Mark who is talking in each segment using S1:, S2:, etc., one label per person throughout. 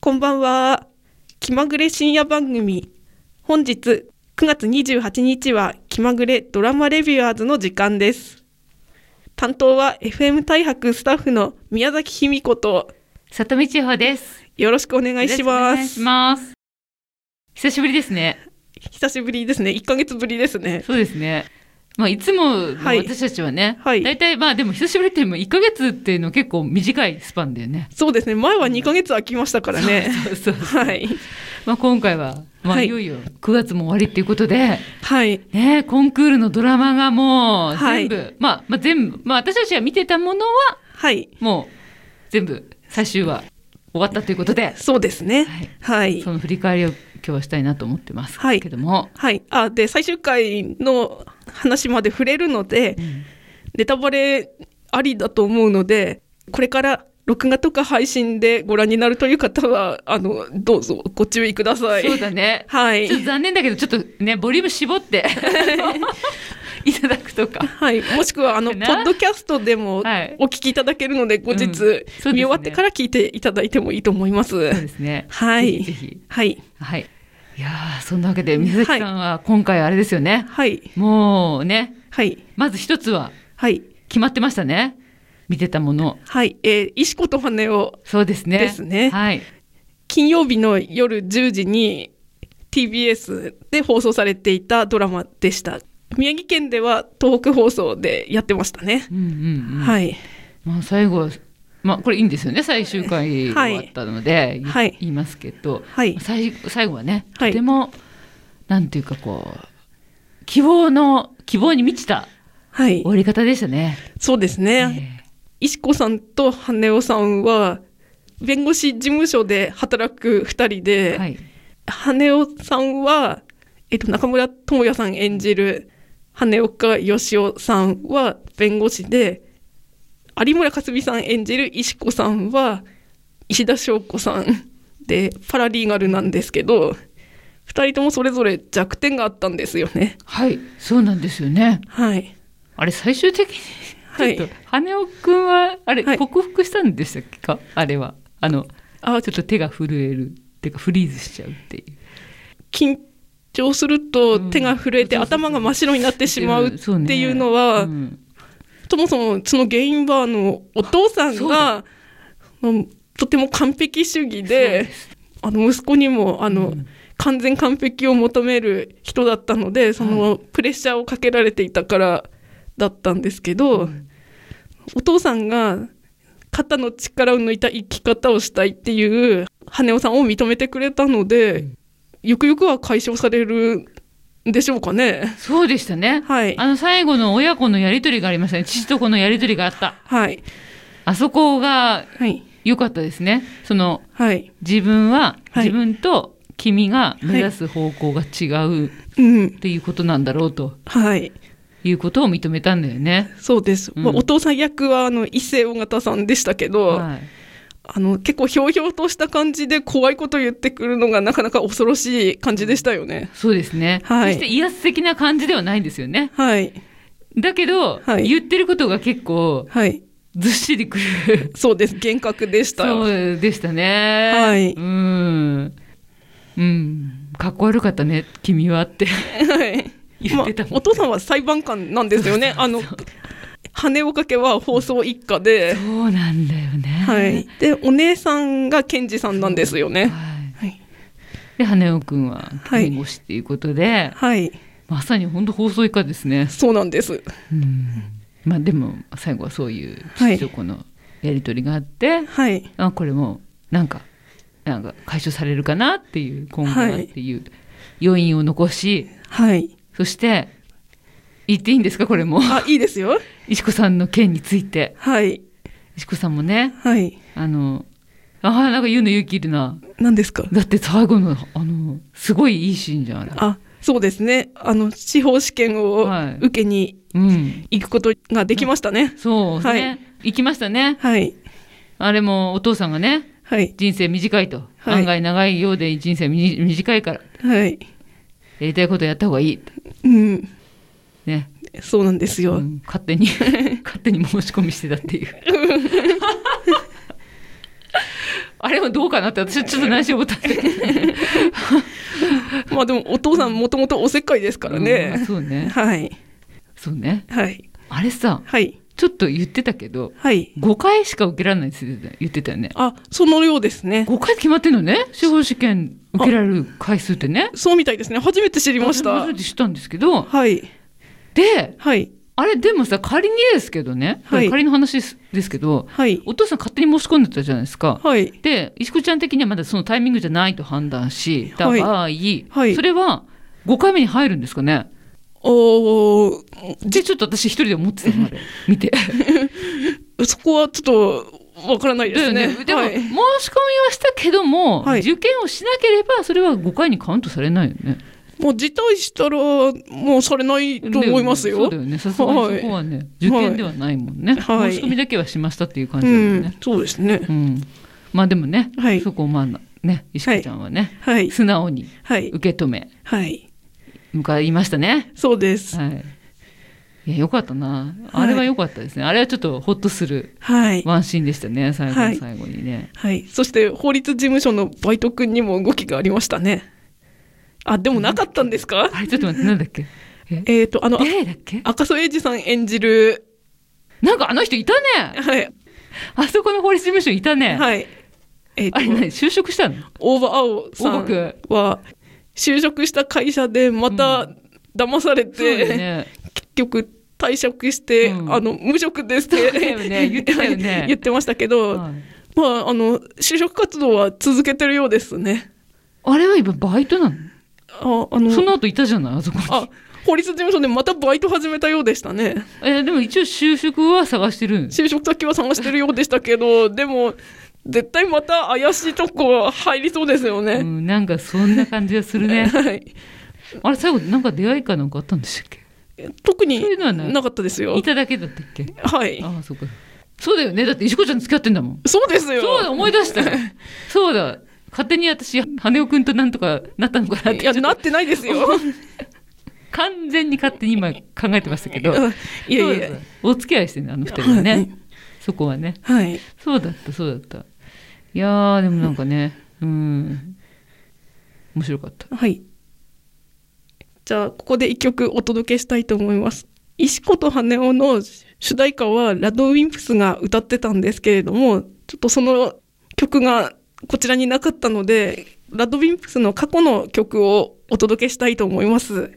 S1: こんばんは。気まぐれ深夜番組。本日9月28日は気まぐれドラマレビュアーズの時間です。担当は FM 大白スタッフの宮崎卑美子と
S2: 里見千穂です。
S1: よろしくお願いし
S2: よろくお
S1: ま
S2: 願い
S1: す
S2: し。ます。久しぶりですね。
S1: 久しぶりですね。1ヶ月ぶりですね。
S2: そうですね。まあ、いつもの
S1: はい
S2: 私たちはね、
S1: はい
S2: 大体まあでも久しぶりっていうのも1ヶ月っていうのは結構短いスパンだよね。
S1: そうですね。前は2ヶ月空きましたからね。
S2: そうそうそう
S1: はい。
S2: まあ今回は、まあ
S1: はい
S2: いよいよ9月も終わりっていうことで、
S1: はい。
S2: ね、コンクールのドラマがもう
S1: はい
S2: 全部、まあ、まあ全部、まあ私たちが見てたものは
S1: はい。
S2: もう全部最終話終わったということで、
S1: そうですね。
S2: はい
S1: はい
S2: そ。の振り返りを今日はしたいなと思ってます
S1: はい
S2: けども、
S1: はい。あ、で、最終回の話まで触れるので、
S2: うん
S1: ネタバレありだと思うので、これから録画とか配信でご覧になるという方は、あの、どうぞご注意ください。
S2: そうだね。
S1: はい
S2: ちょっと残念だけど、ちょっとね、ボリューム 絞って、いただくとか。
S1: はい。もしくは、あの、ポ
S2: な
S1: ッドキャストでもお
S2: はい
S1: 聞きいただけるので、後日、
S2: うんそうですね
S1: 見終わってから聞いていただいてもいいと思います。
S2: そうですね。
S1: はい
S2: ぜひぜひ。
S1: はい。
S2: はい。いやーそんなわけで、水崎さんは今回あれですよね。
S1: はい。
S2: もうね、
S1: はい。
S2: まず一つは
S1: はい。
S2: 決まってましたね。見てたもの。
S1: はい。えー石子と羽を
S2: そうですね。
S1: ですね
S2: はい。
S1: 金曜日の夜10時に TBS で放送されていたドラマでした。宮城県では東北放送でやってましたね。
S2: うんうんうん。
S1: はい。
S2: まあ最後、まあこれいいんですよね。最終回終わったので、
S1: はい
S2: い言いますけど、
S1: はい
S2: 最最後はね、
S1: はい
S2: とても、なんていうかこう、希望の、希望に満ちた
S1: はい
S2: 終。わり方でしたね。
S1: そうですね。石子さんと羽男さんは、弁護士事務所で働く二人
S2: え
S1: で、
S2: ーはい。
S1: 羽男さんは、えっと、中村智也さん演じる羽岡義雄さんは弁護士で、有村架純さん演じる石子さんは石田翔子さんで、パラリーガルなんですけど、二人ともそれぞれ弱点があったんですよね。
S2: はい、そうなんですよね。
S1: はい。
S2: あれ、最終的に、
S1: はい
S2: ちょっと、羽男くんは、あれ、
S1: はい
S2: 克服したんでしたっけかあれは。あの、
S1: あ
S2: ちょっと手が震える。てか、フリーズしちゃうっていう。
S1: 緊張すると
S2: うん
S1: 手が震えて
S2: そうそうそう
S1: 頭が真っ白になってしまうって
S2: そね
S1: いうのは、
S2: うん
S1: そもそもその原因はあのお父さん
S2: そう
S1: が
S2: だ
S1: うんとても完璧主義であの息子にもあの、
S2: うん
S1: 完全完璧を求める人だったのでそのプレッシャーをかけられていたからだったんですけど、
S2: うん
S1: お父さんが肩の力を抜いた生き方をしたいっていう羽男さんを認めてくれたので、ゆくゆくは解消されるんでしょうかね。
S2: そうでしたね。
S1: はい
S2: あの、最後の親子のやりとりがありましたね。父と子のやりとりがあった。
S1: はい、
S2: あそこが
S1: はい、
S2: 良かったですね。その、
S1: はい、
S2: 自分は、
S1: はい
S2: 自分と君が目指す方向が違う
S1: うん、
S2: っていうことなんだろうと
S1: はい、
S2: いうことを認めたんだよね。
S1: そうです。
S2: うん
S1: まあお父さん役はあの伊勢尾形さんでしたけど、
S2: はい、
S1: あの結構ひょうひょうとした感じで怖いこと言ってくるのがなかなか恐ろしい感じでしたよね。
S2: そうですね。
S1: はい
S2: そして威圧的な感じではないんですよね。
S1: はい、
S2: だけど、
S1: はい
S2: 言ってることが結構
S1: はい、
S2: ずっしり くる。
S1: そうです。幻覚でした。
S2: そうでしたね。
S1: はい
S2: うん。うん。かっこ悪かったね、君はって。
S1: はい
S2: 言ってたもんね
S1: まあお父さんは裁判官なんですよね。あの羽をかけは放送一家で、
S2: そうなんだよね。
S1: はい。でお姉さんが検事さんなんですよね。
S2: はい
S1: はい、
S2: で、羽男くんは
S1: はい
S2: 弁護士っていうことで、
S1: はい、
S2: まさに本当放送以下ですね。
S1: そうなんです。
S2: うん。まあでも、最後はそういう
S1: はい
S2: 父と子のやりとりがあって、
S1: はい、
S2: あこれもなんかなんか解消されるかなっていう今後はっていう余韻を残し、
S1: はい。
S2: そして言っていいんですかこれも
S1: あ、いいですよ。
S2: 石子さんの件について
S1: はい、
S2: 石子さんもね
S1: はい。
S2: あのあーなんか言うの勇気いるな
S1: 何ですか。
S2: だって最後のあのすごいいいシーンじゃんあれ
S1: あ、そうですね。あの司法試験を
S2: はい
S1: 受けに
S2: うん
S1: 行くことができましたね。
S2: そうね、行きましたね
S1: はい、
S2: あれもお父さんがね
S1: はい、
S2: 人生短いと、
S1: はい
S2: 案外長いようで人生み短いから
S1: はい。
S2: やりたいことやった方がいいと
S1: うん、
S2: ね
S1: そうなんですよ。
S2: うん勝手に 勝手に申し込みしてたっていう あれもどうかなって私はちょっと内心思ったんだけど
S1: まあでもお父さんもともとおせっかいですから
S2: うん
S1: ね。
S2: そうね
S1: はい。
S2: そうね
S1: はい。
S2: あれさ
S1: はい。
S2: ちょっと言ってたけど
S1: はい。
S2: 5回しか受けられないって言ってた言ってたよね
S1: あ、そのようですね。
S2: 5回って決まってん のね司法試験受けられる回数ってね
S1: そうみたいですね。初めて知りました。
S2: 初めて知ったんですけど
S1: はい。
S2: で
S1: はい。
S2: あれでもさ仮にですけどね、
S1: はい
S2: 仮の話ですですけど
S1: はい。
S2: お父さん勝手に申し込んでたじゃないですか
S1: はい。
S2: で石子ちゃん的にはまだそのタイミングじゃないと判断した場合、
S1: はい
S2: それは5回目に入るんですかね
S1: おー
S2: でちょっと私一人で思ってたの あれ見て
S1: そこはちょっとわからないで
S2: だ
S1: す
S2: よ
S1: ね。
S2: ねでも、
S1: はい
S2: 申し込みはしたけども、
S1: はい
S2: 受験をしなければそれは5回にカウントされないよね
S1: もう辞退したら、もうされないと思いますよ。
S2: だよねそうだよねさすがにそこはね、受験ではないもんね、
S1: はい
S2: 申し込みだけはしましたっていう感じ
S1: う
S2: だもん
S1: ん
S2: ね、。
S1: そうですね。
S2: うんまあでもね、
S1: はい
S2: そこをまあね石子ちゃんはね、
S1: はい。
S2: 素直に
S1: はい。
S2: 受け止め
S1: はい。
S2: 向かいましたね
S1: そうです。
S2: はい。いや、よかったな。
S1: はい
S2: あれは良かったですね。あれはちょっとほっとする
S1: はい。
S2: ワンシーンでしたね。最後
S1: は
S2: の
S1: い
S2: 最後にね。
S1: はい。そして、法律事務所のバイト君にも動きがありましたね。あ、でもなかったんですか
S2: あれ、ちょっと待って、なんだっけ。え、
S1: えっ、と、あの、
S2: 誰だっけ
S1: 赤楚衛二さん演じる、
S2: なんかあの人いたね。
S1: はい。
S2: あそこの法律事務所いたね。
S1: はい。えっ、
S2: あれ何
S1: と、
S2: 就職したの
S1: 大場青さ
S2: 大場君
S1: んは、就職した会社でまた騙され
S2: そう
S1: て、
S2: だよね。
S1: 結局退職して、
S2: うん
S1: あの、無職ですって
S2: そうだよね言ってたよね
S1: 言ってましたけど、
S2: はい
S1: まあ、あの、就職活動は続けてるようですね。
S2: あれは今バイトなの
S1: あ、あの、
S2: その後いたじゃないあそこに。
S1: あ、法律事務所でまたバイト始めたようでしたね。
S2: え、でも一応就職は探してるんです。
S1: 就職先は探してるようでしたけ ど、でも、絶対また怪しいとこ入りそうですよ
S2: う
S1: ね。
S2: ん、なんかそんな感じがする ね。
S1: はい。
S2: あれ最後なんか出会いかなんかあったんでしたっけ
S1: 特に
S2: そういうのはない
S1: なかったですよ
S2: い。ただけだったっけ
S1: はい。
S2: ああ、そうか。そうだよね。だって石子ちゃん付き合ってんだもん。
S1: そうですよ。
S2: そうだ、思い出した。そうだ。勝手に私、羽男くんとなんとかなったのかなって。
S1: いや、
S2: ちょっと
S1: なってない ですよ。
S2: 完全に勝手に今考えてましたけ ど。
S1: いやい
S2: そうだそ
S1: や
S2: うだ。お付き合いしてね、あの二人は
S1: はい
S2: ね。そこはね。
S1: はい。
S2: そうだった、そうだった。いやー、でもなんかね、うん。面白かった。
S1: はい。じゃあ、ここで一曲お届けしたいと思います。石子と羽男の主題歌はラドウィンプスが歌ってたんですけれども、ちょっとその曲がこちらになかったので、ラドウィンプスの過去の曲をお届けしたいと思います。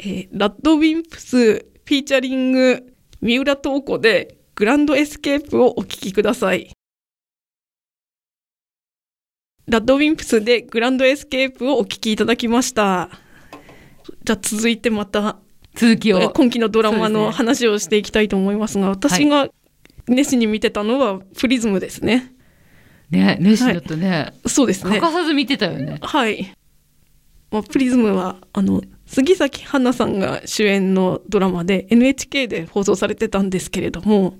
S1: えーラドウィンプスフィーチャリング三浦透子でグランドエスケープをお聴きください。ラッドウィンプスでグランドエスケープをお聴きいただきました。じゃあ続いてまた
S2: 続きを。
S1: 今期のドラマ
S2: そうです
S1: の
S2: ね
S1: 話をしていきたいと思いますが、私が熱心に見てたのはプリズムですね。
S2: ね、熱心だったね。
S1: そうです
S2: 欠
S1: ね。
S2: かさず見てたよね。
S1: はい。まあ、プリズムはあの杉咲花さんが主演のドラマで NHK で放送されてたんですけれども、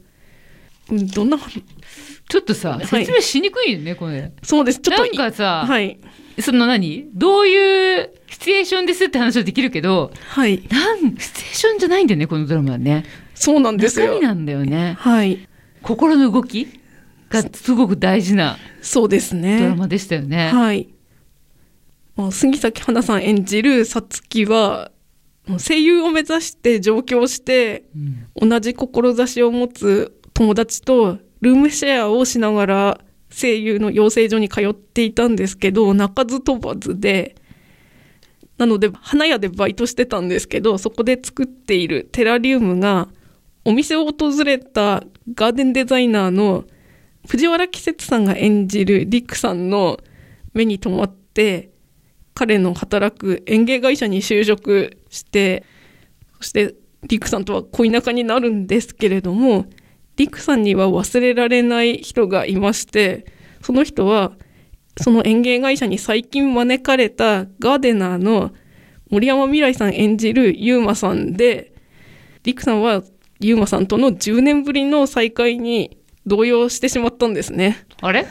S1: うんどんな
S2: ちょっとさ、
S1: い
S2: 説明しにくいよね、これ。
S1: そうです。ちょっ
S2: な
S1: と
S2: んかさ、
S1: はい
S2: その何どういうシチュエーションですって話はできるけど、
S1: はい
S2: なん、シチュエーションじゃないんだよね、このドラマはね。
S1: そうなんです
S2: 中
S1: よ
S2: 身。なんだよね。
S1: はい
S2: 心の動きがすごく大事な
S1: そうです
S2: ド
S1: ね。
S2: ラマでしたよね。
S1: はい。まあ、杉咲花さん演じるさつきは、もう声優を目指して上京して、
S2: うん
S1: 同じ志を持つ友達とルームシェアをしながら声優の養成所に通っていたんですけど鳴かず飛ばずでなので花屋でバイトしてたんですけどそこで作っているテラリウムがお店を訪れたガーデンデザイナーの藤原季節さんが演じるリクさんの目に留まって彼の働く園芸会社に就職してそしてリクさんとは恋仲になるんですけれどもリクさんには忘れられない人がいましてその人はその園芸会社に最近招かれたガーデナーの森山未来さん演じるユーマさんでリクさんはユーマさんとの10年ぶりの再会に動揺してしまったんですね。
S2: あれ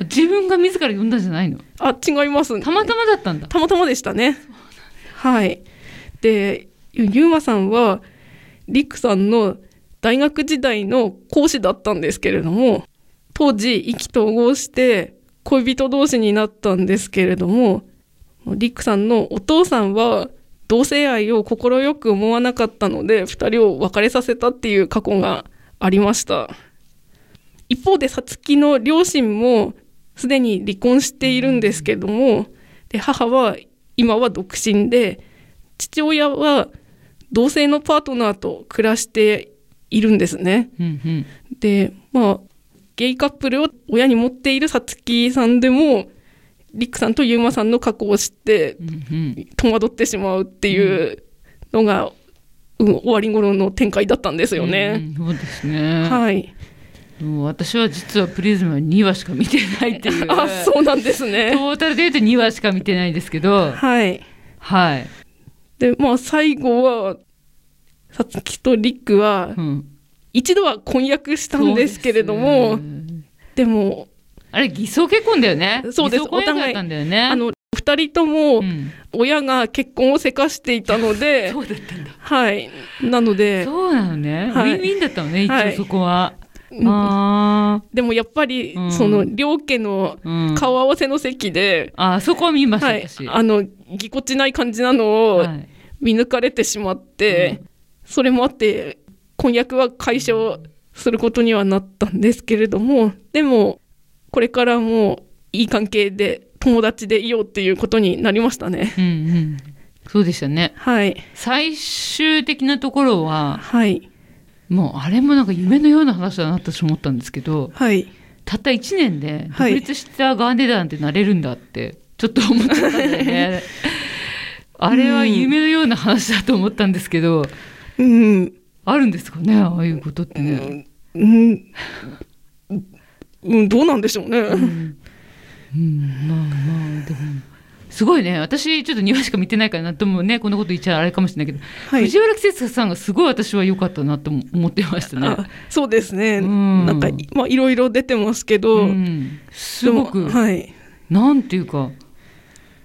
S2: 自分が自ら呼んだんじゃないの
S1: あ違います
S2: たまたまだったんだ。
S1: たまたまでしたね。はい。で、ゆうまさんは、りくさんの大学時代の講師だったんですけれども、当時、意気投合して、恋人同士になったんですけれどもリックさんのお父さんは同性愛を快く思わなかったので2人を別れさせたっていう過去がありました一方でさつきの両親もすでに離婚しているんですけどもで母は今は独身で父親は同性のパートナーと暮らしているんですね。
S2: うんうん
S1: でまあゲイカップルを親に持っているさつきさんでもりくさんとゆうまさんの過去を知って
S2: うんうん
S1: 戸惑ってしまうっていうのが、うん終わり頃の展開だったんですよね。
S2: うんうんそうですね、
S1: はい、
S2: もう私は実はプリズムは2話しか見てないっていう
S1: あそうなんです
S2: ト
S1: ね。
S2: ータルで言うと2話しか見てないですけど
S1: はい、
S2: はい、
S1: でまあ最後はさつきとりくは
S2: うん、
S1: 一度は婚約したんですけれど
S2: そ
S1: も
S2: うです
S1: でも
S2: あれ偽装結婚だよね
S1: そうです
S2: 偽装婚約だったんだよね
S1: あの2人とも
S2: うん
S1: 親が結婚をせかしていたので、
S2: そうだったんだ
S1: はいなので
S2: そうなのね、
S1: はい
S2: ウィンウィンだったのね一
S1: は
S2: 応
S1: い
S2: そこは、
S1: うん
S2: あ
S1: でもやっぱり、
S2: うん
S1: その両家の
S2: あ、うん、
S1: 顔合わせの席で、
S2: あそこは見ました、
S1: はい
S2: 私、
S1: あのぎこちない感じなのを
S2: はい
S1: 見抜かれてしまって、
S2: う
S1: それもあって婚約は解消することにはなったんですけれどもでもこれからもいい関係で友達でいようっていうことになりましたね。
S2: うんうん、そうでしたね
S1: はい
S2: 最終的なところは
S1: はい
S2: もうあれもなんか夢のような話だなと私思ったんですけど
S1: はい
S2: たった1年で
S1: はい
S2: 独立したガンデダンってなれるんだってちょっと思っちゃったんだよね あれは夢のような話だと思ったんですけど、
S1: うん
S2: あるんですかねああいうことってね、
S1: うん、うん、どうなんでしょうね。
S2: うん、まあまあでもすごいね私ちょっと2話しか見てないからなんともねこんなこと言っちゃあれかもしれないけど、
S1: はい
S2: 藤原季節さんがすごい私は良かったなとも思ってましたね
S1: あ。そうですね、
S2: うん
S1: なんか、まあ、いろいろ出てますけど、
S2: うん、すご
S1: で
S2: く、
S1: もはい、
S2: なんていうか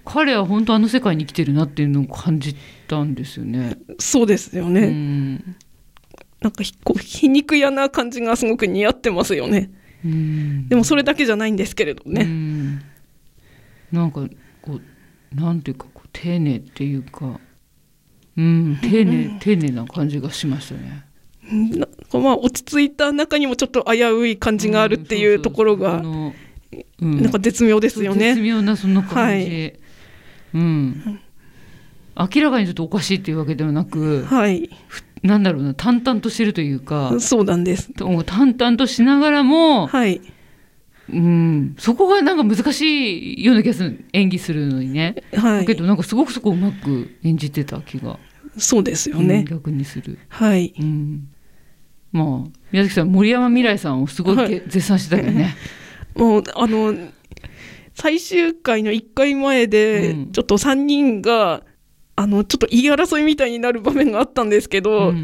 S2: 彼は本当あの世界に生きてるなっていうのを感じたんですよね。
S1: そうですよね、
S2: うん
S1: なんかひこう皮肉屋な感じがすごく似合ってますよね
S2: うん
S1: でもそれだけじゃないんですけれど
S2: う
S1: ね、
S2: んなんかこうなんていうかこう丁寧っていうか、うん、丁寧丁寧な感じがしましたね。
S1: うんなんかまあ落ち着いた中にもちょっと危うい感じがあるっていうところが、
S2: んそうそうそうあのうん
S1: なんか絶妙ですよ
S2: 絶
S1: ね
S2: 妙なその感じ、
S1: は
S2: うん明らかにちょっとおかしいっていうわけではなく
S1: はい
S2: なんだろうな淡々としてるというか
S1: そうなんです
S2: 淡々としながらも、
S1: はい
S2: うん、そこがなんか難しいような気がする演技するのにね、
S1: は
S2: だけ
S1: い
S2: どなんかすごくそこをうまく演じてた気が、
S1: そうですよ
S2: うん
S1: ね、
S2: 逆にする、
S1: はい
S2: うん、まあ宮崎さん森山未来さんをすごい、
S1: はい
S2: 絶賛してた よね
S1: もうあの最終回の1回前で、
S2: うん
S1: ちょっと3人があのちょっと言い争いみたいになる場面があったんですけど、
S2: う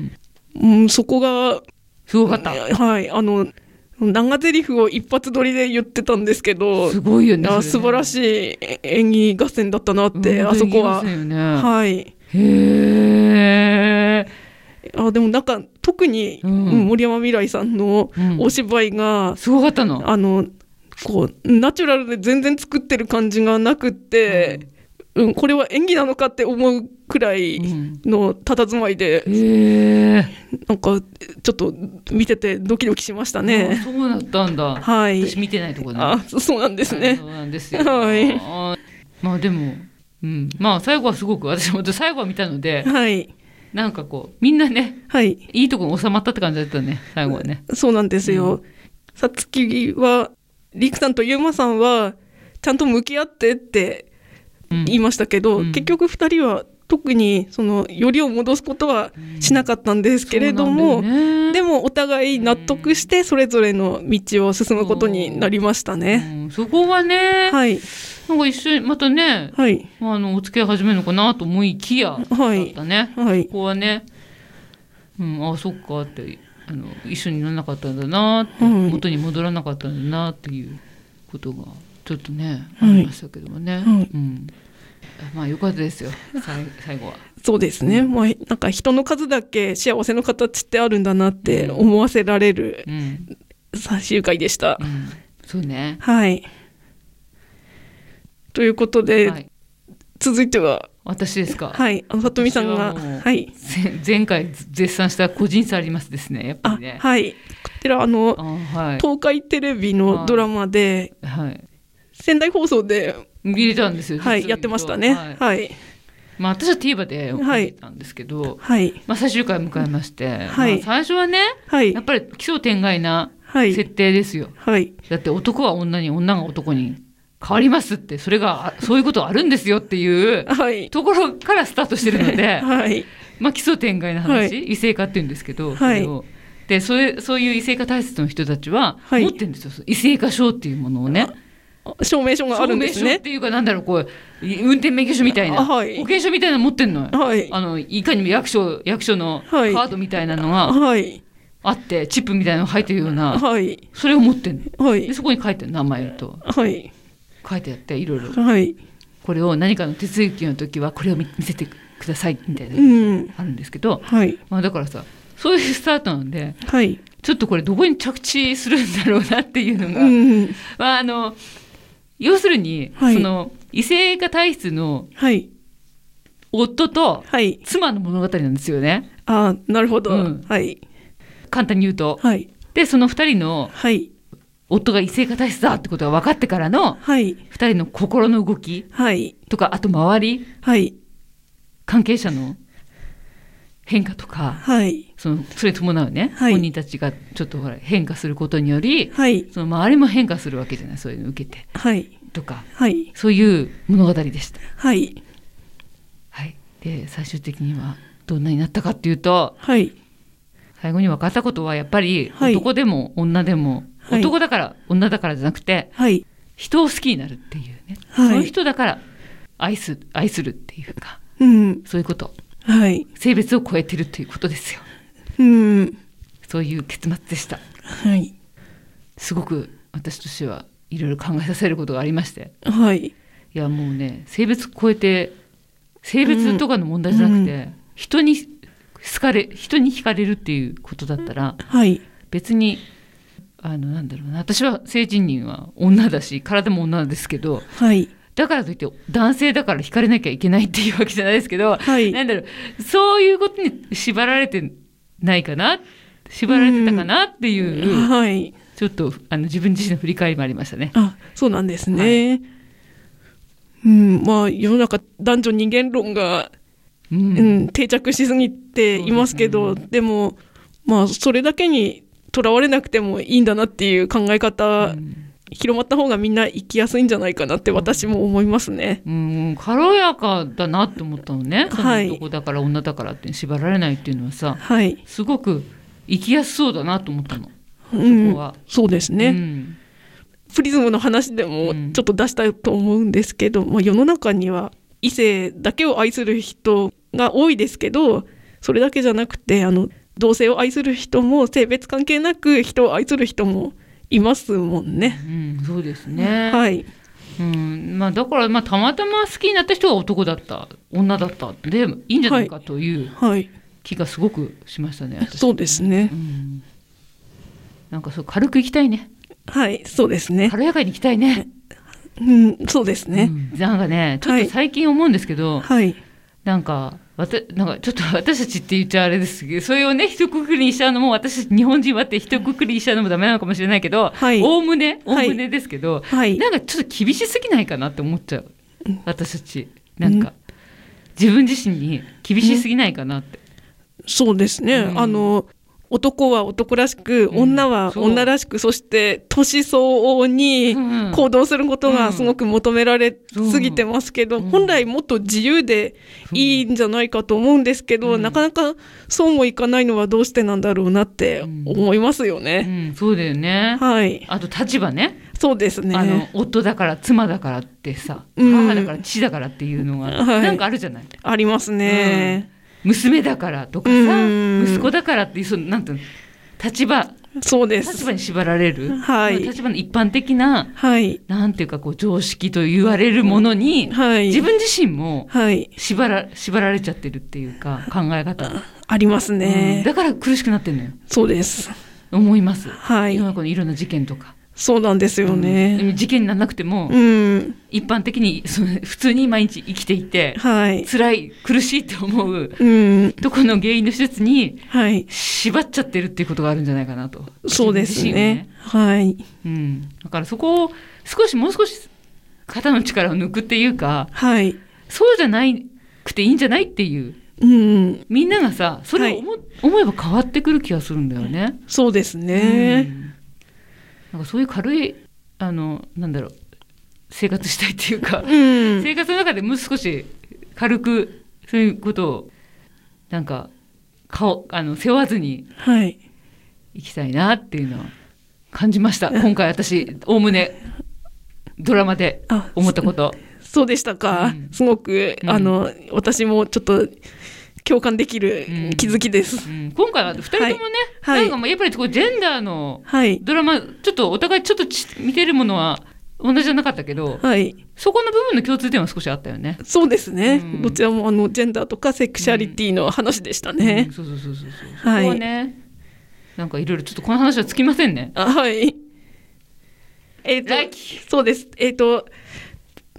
S1: うん
S2: ん
S1: そこが
S2: すごかった
S1: はいあの長台詞を一発撮りで言ってたんですけど
S2: すごいよね
S1: あ
S2: それね
S1: 素晴らしい演技合戦だったなって、
S2: うん
S1: あそこは。
S2: 言いますよね
S1: はい
S2: へえ。
S1: あでもなんか特に、
S2: うん
S1: うん森山未來さんの
S2: うん
S1: お芝居が、
S2: すごかったの。
S1: あのこうナチュラルで全然作ってる感じがなくって、うんこれは演技なのかって思うくらい
S2: うん
S1: の佇まいで、
S2: へえ。
S1: なんかちょっと見ててドキドキしました
S2: あ
S1: ね。
S2: そうだったんだ。
S1: はい
S2: 私見てないとこだ
S1: あ
S2: ね。
S1: そうなんです
S2: あ
S1: ね
S2: そ。うなんですよ。
S1: はい
S2: あー。まあでも、うん、まあ最後はすごく私も最後は見たので、
S1: はい
S2: なんかこうみんなね
S1: はい
S2: いいとこに収まったって感じだったね最後はね。
S1: そうなんですよ。さつきはりくさんとゆうまさんはちゃんと向き合ってって
S2: うん
S1: 言いましたけど、
S2: うん
S1: 結局二人は特にそのよりを戻すことはしなかったんですけれども。
S2: そうなんだ
S1: で
S2: よね
S1: もお互い納得してそれぞれの道を進むことになりましたね。
S2: うんそこはね、
S1: はい
S2: なんか一緒にまたね、
S1: はい
S2: まああのお付き合い始めるのかなと思いきや、
S1: はい
S2: だったね。
S1: はい
S2: ここはね、うん、あそっかってあの一緒にならなかったんだなって、
S1: はい
S2: 元に戻らなかったんだなっていうことがちょっとね、
S1: はい
S2: ありましたけどもね、
S1: はい
S2: うん、まあ良かったですよ最最後は。
S1: そうですね、まあ、なんか人の数だけ幸せの形ってあるんだなって思わせられる
S2: うん
S1: 最終回でした
S2: う。ん、そうね
S1: はいということで、
S2: はい、
S1: 続いては、
S2: 私ですか、
S1: はい、あの、里見さんが、
S2: 私はもう
S1: はい、
S2: 前前回絶賛した個人差ありますですねやっぱ
S1: あ
S2: り、ね
S1: はい、こちら、あの、
S2: あはい
S1: 東海テレビのドラマで、
S2: はい
S1: 仙台放送で、
S2: 見れたんですよ
S1: はい、
S2: 実を言うと
S1: やってましたね。
S2: はい
S1: はい、
S2: まあ、私は TVer で見
S1: はい
S2: てたんですけど、
S1: はい、
S2: まあ、最終回迎えまして、
S1: はい
S2: まあ最初はね
S1: はい
S2: やっ、ぱり奇想天外な
S1: はい、
S2: 設定ですよ、
S1: はい、
S2: だって男は女に女が男に変わりますってそれがあそういうことあるんですよっていう
S1: はい、
S2: ところからスタートしてるので
S1: はい、
S2: まあ奇想天外な話、
S1: は
S2: 異性化って言うんですけど、
S1: はい
S2: それをでそういうそういう異性化体質の人たちは
S1: はい
S2: 持ってるんですよ、異性化証っていうものをね
S1: 証明書があるんです
S2: 証明書っ
S1: ね。
S2: ていうかなんだろうこう運転免許証みたいな、
S1: あはい
S2: 保険証みたいなの持ってんのよ、
S1: はい、
S2: あのいかにも役所役所のカ
S1: はい
S2: ードみたいなのが
S1: はい、
S2: あって、チップみたいなのが入ってるような、
S1: はい、
S2: それを持ってんの
S1: は
S2: で
S1: い、
S2: そこに書いてある名前と
S1: はい、
S2: 書いてあっていろいろ
S1: はい、
S2: これを何かの手続きの時はこれを見見せてくださいみたいな
S1: う
S2: の
S1: ん、
S2: があるんですけど、
S1: はい、
S2: まあ、だからさそういうスタートなんで
S1: はい、
S2: ちょっとこれどこに着地するんだろうなっていうのが、
S1: うん、
S2: まああの要するに、
S1: はい
S2: その異性化体質の
S1: はい、
S2: 夫と
S1: はい、
S2: 妻の物語なんですよね
S1: あーなるほど、
S2: うん
S1: はい、
S2: 簡単に言うと。
S1: はい、
S2: でその2人の
S1: はい、
S2: 夫が異性化体質だってことが分かってからの
S1: はい、
S2: 2人の心の動き
S1: はい、
S2: とかあと周り
S1: はい、
S2: 関係者の変化とか
S1: はい、
S2: そのそれに伴うね、
S1: はい
S2: 本人たちがちょっとほら変化することにより
S1: はい、
S2: その周りも変化するわけじゃないそういうのを受けて
S1: はい、
S2: とか
S1: はい、
S2: そういう物語でした。
S1: はい、
S2: はい、で最終的にはどんなになったかっていうと
S1: はい、
S2: 最後に分かったことはやっぱり
S1: はい
S2: 男でも女でも、
S1: はい
S2: 男だから女だからじゃなくて
S1: はい、
S2: 人を好きになるっていうね、
S1: はい
S2: その人だから愛す愛するっていうか
S1: うん、
S2: そういうこと
S1: はい、
S2: 性別を超えてるっていうことですよ
S1: うん、
S2: そういう結末でした
S1: はい、
S2: すごく私としてはいろいろ考えさせることがありまして
S1: はい、
S2: いやもうね性別超えて性別とかの問題じゃなくて、
S1: う
S2: 人に好かれ人に惹かれるっていうことだったら
S1: はい、
S2: 別にあのなんだろうな私は性自認は女だし体も女ですけど
S1: はい、
S2: だからといって男性だから惹かれなきゃいけないっていうわけじゃないですけど、
S1: はい
S2: なんだろうそういうことに縛られてないかな縛られてたかなっていう、
S1: はい、
S2: ちょっとあの自分自身の振り返りもありましたね。
S1: あ、そうなんですね。うん、まあ世の中男女二元論が、
S2: うん
S1: うん定着しすぎていますけど、
S2: そう
S1: でもまあそれだけにとらわれなくてもいいんだなっていう考え方、
S2: うん
S1: 広まった方がみんな生きやすいんじゃないかなって私も思いますね。
S2: うん、軽やかだなって思ったのね、
S1: はい
S2: その男だから女だからって縛られないっていうのはさ
S1: はい、
S2: すごく生きやすそうだなと思ったの。
S1: うん、
S2: そこは
S1: そうですね。
S2: うん
S1: プリズムの話でも
S2: うん
S1: ちょっと出したと思うんですけど、まあ、世の中には異性だけを愛する人が多いですけどそれだけじゃなくてあの同性を愛する人も性別関係なく人を愛する人もいますもんね。
S2: うん、そうですね、
S1: はい、
S2: うんまあ、だから、まあ、たまたま好きになった人は男だった女だったでいいんじゃないかという
S1: はい、
S2: 気がすごくしましたね。私
S1: そうですね
S2: う。ん、なんかそう軽く行きたいね
S1: はい、そうですね。
S2: 軽やかに行きたいね。
S1: うん、そうですね。
S2: うんなんかねちょっ
S1: は
S2: と
S1: い
S2: 最近思うんですけど、
S1: はい、
S2: なんかわたなんかちょっと私たちって言っちゃあれですけどそれをね一括りにしちゃうのも私たち日本人はって一括りにしちゃうのもダメなのかもしれないけど
S1: はい
S2: おおむねおお
S1: はい
S2: むねですけど、
S1: はい、
S2: なんかちょっと厳しすぎないかなって思っちゃう私たちなんか、自分自身に厳しすぎないかなって、
S1: そうですね。
S2: うん
S1: あの男は男らしく、
S2: うん
S1: 女は
S2: そう
S1: 女らしく、そして年相応に。
S2: うん
S1: 行動することがすごく求められすぎてますけど、
S2: うん
S1: 本来もっと自由でいいんじゃないかと思うんですけど、
S2: うん
S1: なかなかそうもいかないのはどうしてなんだろうなって思いますよ
S2: う
S1: ね。
S2: んそうだよね、
S1: はい、
S2: あと立場ね
S1: そうです
S2: あの
S1: ね。
S2: 夫だから妻だからってさ、
S1: うん
S2: 母だから父だからっていうのが、
S1: はい
S2: なんかあるじゃない
S1: ありますね。
S2: 娘だからとかさ、
S1: うん
S2: 息子だからっていうそのなんていうの立場
S1: そうで
S2: 立
S1: す。
S2: 場に縛られる、
S1: はい
S2: 立場の一般的な
S1: はい、
S2: なんていうかこう常識と言われるものに、
S1: はい、
S2: 自分自身も
S1: はい、
S2: 縛ら縛られちゃってるっていうか考え方、
S1: あります
S2: うん
S1: ね。
S2: だから苦しくなってるのよ
S1: そうです。
S2: 思います、
S1: はい
S2: 世の中のいろんな事件とか
S1: そうなんですよね。
S2: うん事件にならなくても、
S1: うん、
S2: 一般的にその普通に毎日生きていて
S1: はい。
S2: 辛い苦しいって思う
S1: うん、
S2: とこの原因の一つに
S1: はい。
S2: 縛っちゃってるっていうことがあるんじゃないかなと
S1: そうです
S2: 自分
S1: ね。はい。
S2: 自身をねうん、だからそこを少しもう少し肩の力を抜くっていうか
S1: はい。
S2: そうじゃないくていいんじゃないっていう
S1: うん、
S2: みんながさそれを思,、思えば変わってくる気がするんだよね。
S1: そうです
S2: う
S1: ね。
S2: んなんかそういう軽いあのなんだろう生活したいっていうか、
S1: うん、
S2: 生活の中でもう少し軽くそういうことをなんか顔あの背負わずに
S1: はい。
S2: いきたいなっていうのは感じました今回私おおむねドラマで
S1: あ、
S2: 思ったこと
S1: そうでしたか。
S2: うん
S1: すごく、
S2: うん
S1: あの、私もちょっと共感できる
S2: うん
S1: 気づきです。
S2: うん、今回は2人とも
S1: は
S2: ね、
S1: いはい
S2: なんかもうやっぱりこうジェンダーの
S1: はい。
S2: ドラマちょっとお互いちょっとち見てるものは同じじゃなかったけど
S1: はい。
S2: そこの部分の共通点は少しあったよね。
S1: そうですね。
S2: うん
S1: どちらも、あの、ジェンダーとかセクシャリティの話でした
S2: う
S1: ね
S2: ん。そうそうそうそうそう。
S1: はい
S2: そこはねなんかいろいろちょっとこの話はつきませんね。
S1: あはい。えっ、
S2: ラッキ
S1: と、そうです。えっ、と、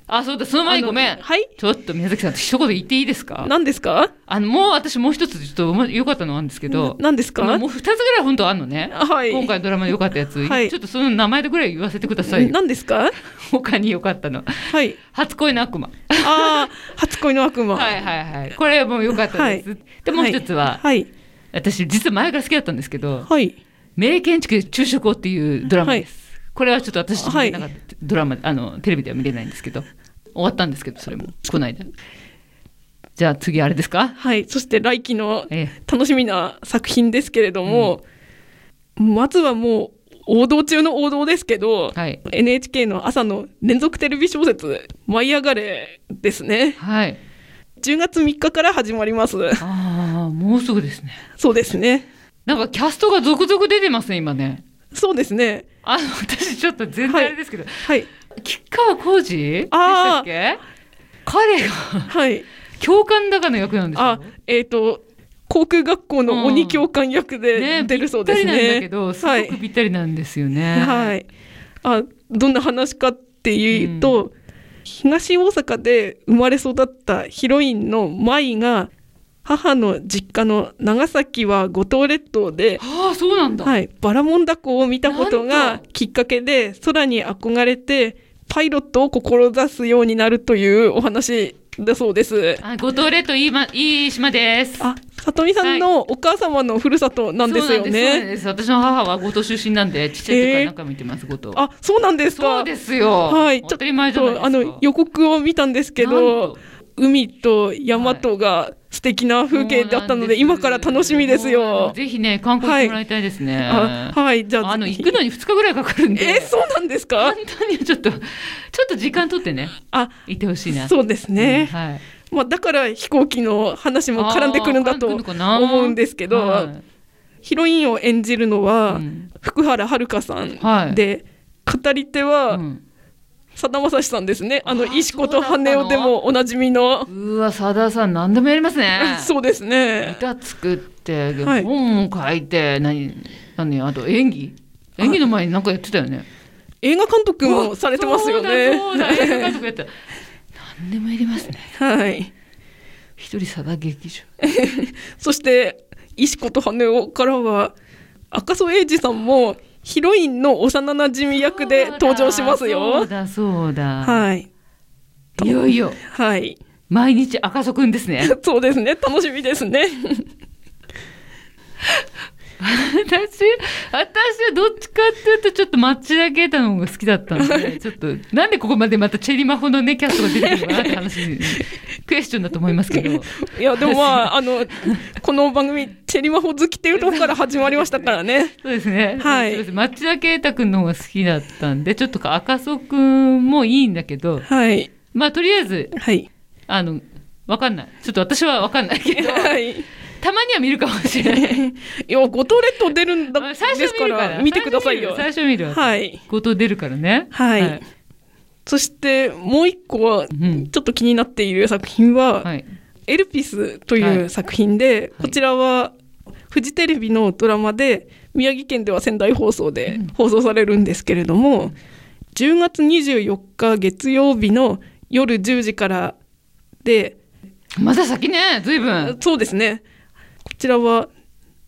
S2: あそうだその前に
S1: あの
S2: ごめん。
S1: はい
S2: ちょっと宮崎さん一言言っていいですか
S1: 何ですか
S2: あのもう私もう一つちょっとおも良かったのあるんですけど、
S1: 何ですか
S2: まあもう二つぐらい本当あるのね。
S1: はい。
S2: 今回のドラマで良かったやつ、
S1: はい
S2: ちょっとその名前でぐらい言わせてくださいよ。
S1: 何ですか
S2: 他に良かったの。
S1: はい。
S2: 初恋の悪魔。
S1: ああ、初恋の悪魔。
S2: はいはいはい。これもう良かったです。で、もう一つは、
S1: はい。
S2: 私実は前から好きだったんですけど、
S1: はい。
S2: 名建築昼食をっていうドラマです。これはちょっと私見れなかった、ドラマ、あの、テレビでは見れないんですけど、終わったんですけど、それも、こないだ。じゃあ次あれですか
S1: はい。そして来期の
S2: ええ
S1: 楽しみな作品ですけれども、まずはもう王道中の王道ですけど、
S2: はい。
S1: NHK の朝の連続テレビ小説「舞い上がれ」ですね
S2: はい。
S1: 10月3日から始まります
S2: ああ、もうすぐですね。
S1: そうですね
S2: なんかキャストが続々出てますね、今ね。
S1: そうですね
S2: あの、私ちょっと全然あれですけど、
S1: はい
S2: 吉川浩司でした
S1: あ
S2: っ
S1: ー
S2: け彼が
S1: はい
S2: 教官だかの役なんですよ。
S1: あえっ、と航空学校の鬼教官役で
S2: ね
S1: 出るそうですね,、
S2: ぴったりなんだけど、す
S1: は
S2: ご
S1: い
S2: くぴったりなんですよね。
S1: はい。あ、どんな話かっていうと、東大阪で生まれ育ったヒロインの舞が母の実家の長崎は五島列島で、
S2: ああ、そうなんだ。
S1: はい、バラモン凧を見たこと
S2: なん
S1: が
S2: と
S1: きっかけで空に憧れてパイロットを志すようになるというお話だそうです。
S2: あ五島列島いい,、ま、いい島です。
S1: あ、さとみさんのお母様のふるさとなんですよ
S2: そうなん
S1: ね。
S2: です。そうなんです私の母は五島出身なんで、ちっちゃい時から何回も行ってます、五島。
S1: あ、そうなんですか。
S2: そうですよ。
S1: はい、
S2: 当たり前じゃないですか。
S1: あの予告を見たんですけ
S2: なん
S1: ど
S2: と、
S1: 海と山とが素敵な風景だったので、今から楽しみです
S2: そうなん
S1: よ。
S2: ぜひね、観光してもらいたいですね。
S1: あはい、じゃあ、
S2: あの、
S1: ぜひ
S2: 行くのに2日ぐらいかかるんで。
S1: えーそうなんです
S2: 本
S1: か。
S2: 当にちょっと、ちょっと時間取ってね、
S1: あ、
S2: 行ってほしいな。
S1: そうです
S2: うん
S1: ね。
S2: はい。
S1: まあ、だから飛行機の話も絡んでくるんだと
S2: あー絡んでくるのかな
S1: 思うんですけ
S2: は
S1: ど、
S2: い
S1: ヒロインを演じるの
S2: う
S1: は
S2: ん
S1: 福原遥さ
S2: はい
S1: んで、語り手
S2: う
S1: は
S2: ん
S1: さだまさしさんですね。あの
S2: あー
S1: 石子と
S2: そうだったの
S1: 羽男でもおなじみの。。
S2: うわ、さださん、何でもやりますね
S1: そうですね。
S2: 歌作って、
S1: はい
S2: 本を書いて、何、何、あと演技演技の前に何かやってたよね。
S1: 映画監督もされてますよね。
S2: そうだ、そうだ、映画監督やった。何でもやりますね。
S1: はい。
S2: 一人さだ劇場。
S1: そして、石子と羽男からは、赤楚衛二さんもヒロインの幼馴染役で登場します
S2: そう
S1: よ。
S2: だ、そうだ。
S1: はい。
S2: い、よいよ、
S1: はい。
S2: 毎日赤楚くんですね。
S1: そうですね。楽しみですね。
S2: 私、私はどっちかっていうと、ちょっと町田啓太の方が好きだった んで、ちょっと、なんでここまでまたチェリマホのね、キャストが出てくるのかなって話、クエスチョンだと思いますけ ど。
S1: いや、でもまあ、あの、この番組、チェリマホ好きっていうところから始まりましたからね。
S2: そうですね。
S1: はい
S2: すません町田啓太くんの方が好きだったんで、ちょっと赤楚くんもいいんだけど、
S1: はい。
S2: まあとりあえず、
S1: はい。
S2: あの、わかんない。ちょっと私はわかんな いけど、
S1: はい。い
S2: たまには見るかも しれない。
S1: や、五島列島出るんだ、
S2: まあ
S1: で
S2: 最
S1: す
S2: 初見
S1: か、
S2: るから
S1: 見てくださいよ。
S2: 最初見るわ。
S1: はい。
S2: 後藤出るからね。
S1: はいそして、もう一個は、
S2: ん
S1: ちょっと気になっている作品は、
S2: はい。
S1: エルピスという作品で、
S2: はい
S1: こちらはフジテレビのドラマで「宮城県では仙台放送で放送されるんですけれども、10月24日月曜日の夜10時からで、
S2: まだ先ね、ずいぶん。
S1: そうですねこちらは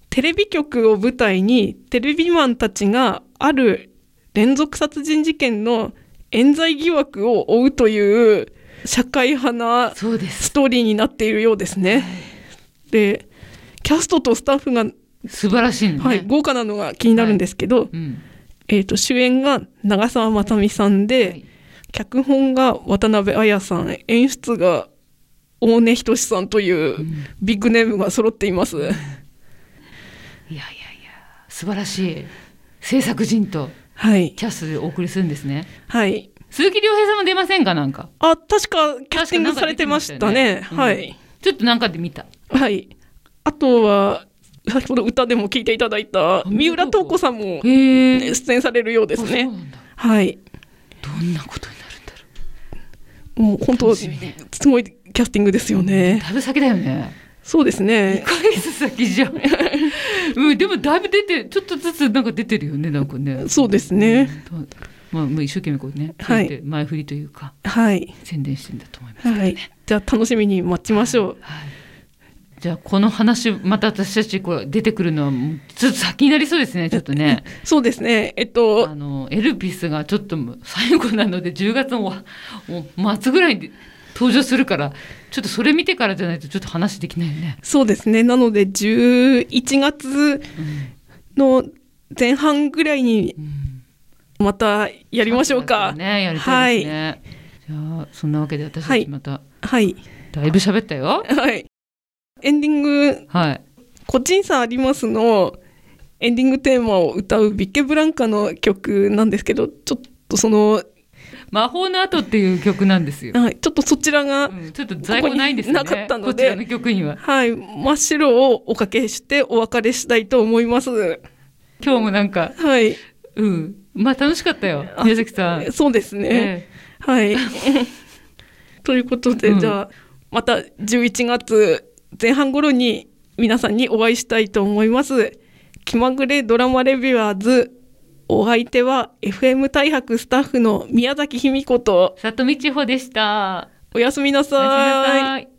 S1: テレビ局を舞台にテレビマンたちがある連続殺人事件の冤罪疑惑を追うという社会派な
S2: そうです。
S1: ストーリーになっているようですね。でキャストとスタッフが、
S2: 素晴らしいね。
S1: はい、豪華なのが気になるんですけど、
S2: うん。
S1: えー、と主演が長澤まさみさんで、
S2: はい
S1: 脚本が渡辺彩さん演出が大根仁志さんという
S2: うん
S1: ビッグネームが揃っています。
S2: いやいやいや、素晴らしい。制作陣と
S1: はい。
S2: キャスでお送りするんですね。
S1: はい。
S2: 鈴木亮平さんも出ませんかなんか。
S1: あ、確かキャスティングされてましたね。
S2: 確か
S1: は
S2: なんか出て
S1: い。
S2: ちょっとなんかで見た。
S1: はい。あとは、先ほど歌でも聴いていただいた三浦透子さんも
S2: へえ。
S1: 出演されるようです
S2: あそう
S1: ね。
S2: なんだ
S1: はい。
S2: どんなことになるんだろ
S1: もう本当、
S2: 楽
S1: す
S2: しみね
S1: ごいキャスティングですよ
S2: う。
S1: ね。
S2: だいぶ先だよね。
S1: そうです
S2: 1
S1: ね。
S2: ヶ月先じゃん。うん、でもだいぶ出て、ちょっとずつなんか出てるよね、なんかね。
S1: そうですね。
S2: うん。まあ、まあ一生懸命こうね、
S1: はい
S2: そうやって前振りというか、
S1: はい。
S2: 宣伝してんだと思います。
S1: はい。じゃあ楽しみに待ちましょう。
S2: はいじゃあこの話また私たちこれ出てくるのはもうちょっと先になりそうですねちょっと ね
S1: そうですね。えっ
S2: あ
S1: と、
S2: のエルピスがちょっともう最後なので10月のわもう末ぐらいに登場するからちょっとそれ見てからじゃないとちょっと話できないよね、
S1: そうですね。なので11月
S2: うん
S1: の前半ぐらいに
S2: うん
S1: またやりましょうか。
S2: ねやりたいですね、じゃあそんなわけで私たちまた
S1: はい。
S2: だいぶ喋ったよ
S1: はい。エンディング、
S2: はい
S1: 個人差ありますのエンディングテーマを歌うビッケブランカの曲なんですけど、ちょっとその、
S2: 「魔法の後っていう曲なんですよ、
S1: はい、ちょっとそちらが、
S2: うんちょっと在庫ないんですよね
S1: ここになかったので
S2: こちらの曲には
S1: はい、真っ白をおかけしてお別れしたいと思います。
S2: 今日もなんか
S1: はい。
S2: うん。まあ楽しかったよ。
S1: あ
S2: 宮崎さん。
S1: そうですね。
S2: え
S1: はい。 ということで、
S2: うん
S1: じゃあ、また11月前半頃に皆さんにお会いしたいと思います。気まぐれドラマレビュアーズ、お相手は FM 大白スタッフの宮崎卑美子と、
S2: え里見千穂でした。
S1: おやすみな
S2: おやすみな
S1: さい。
S2: さい。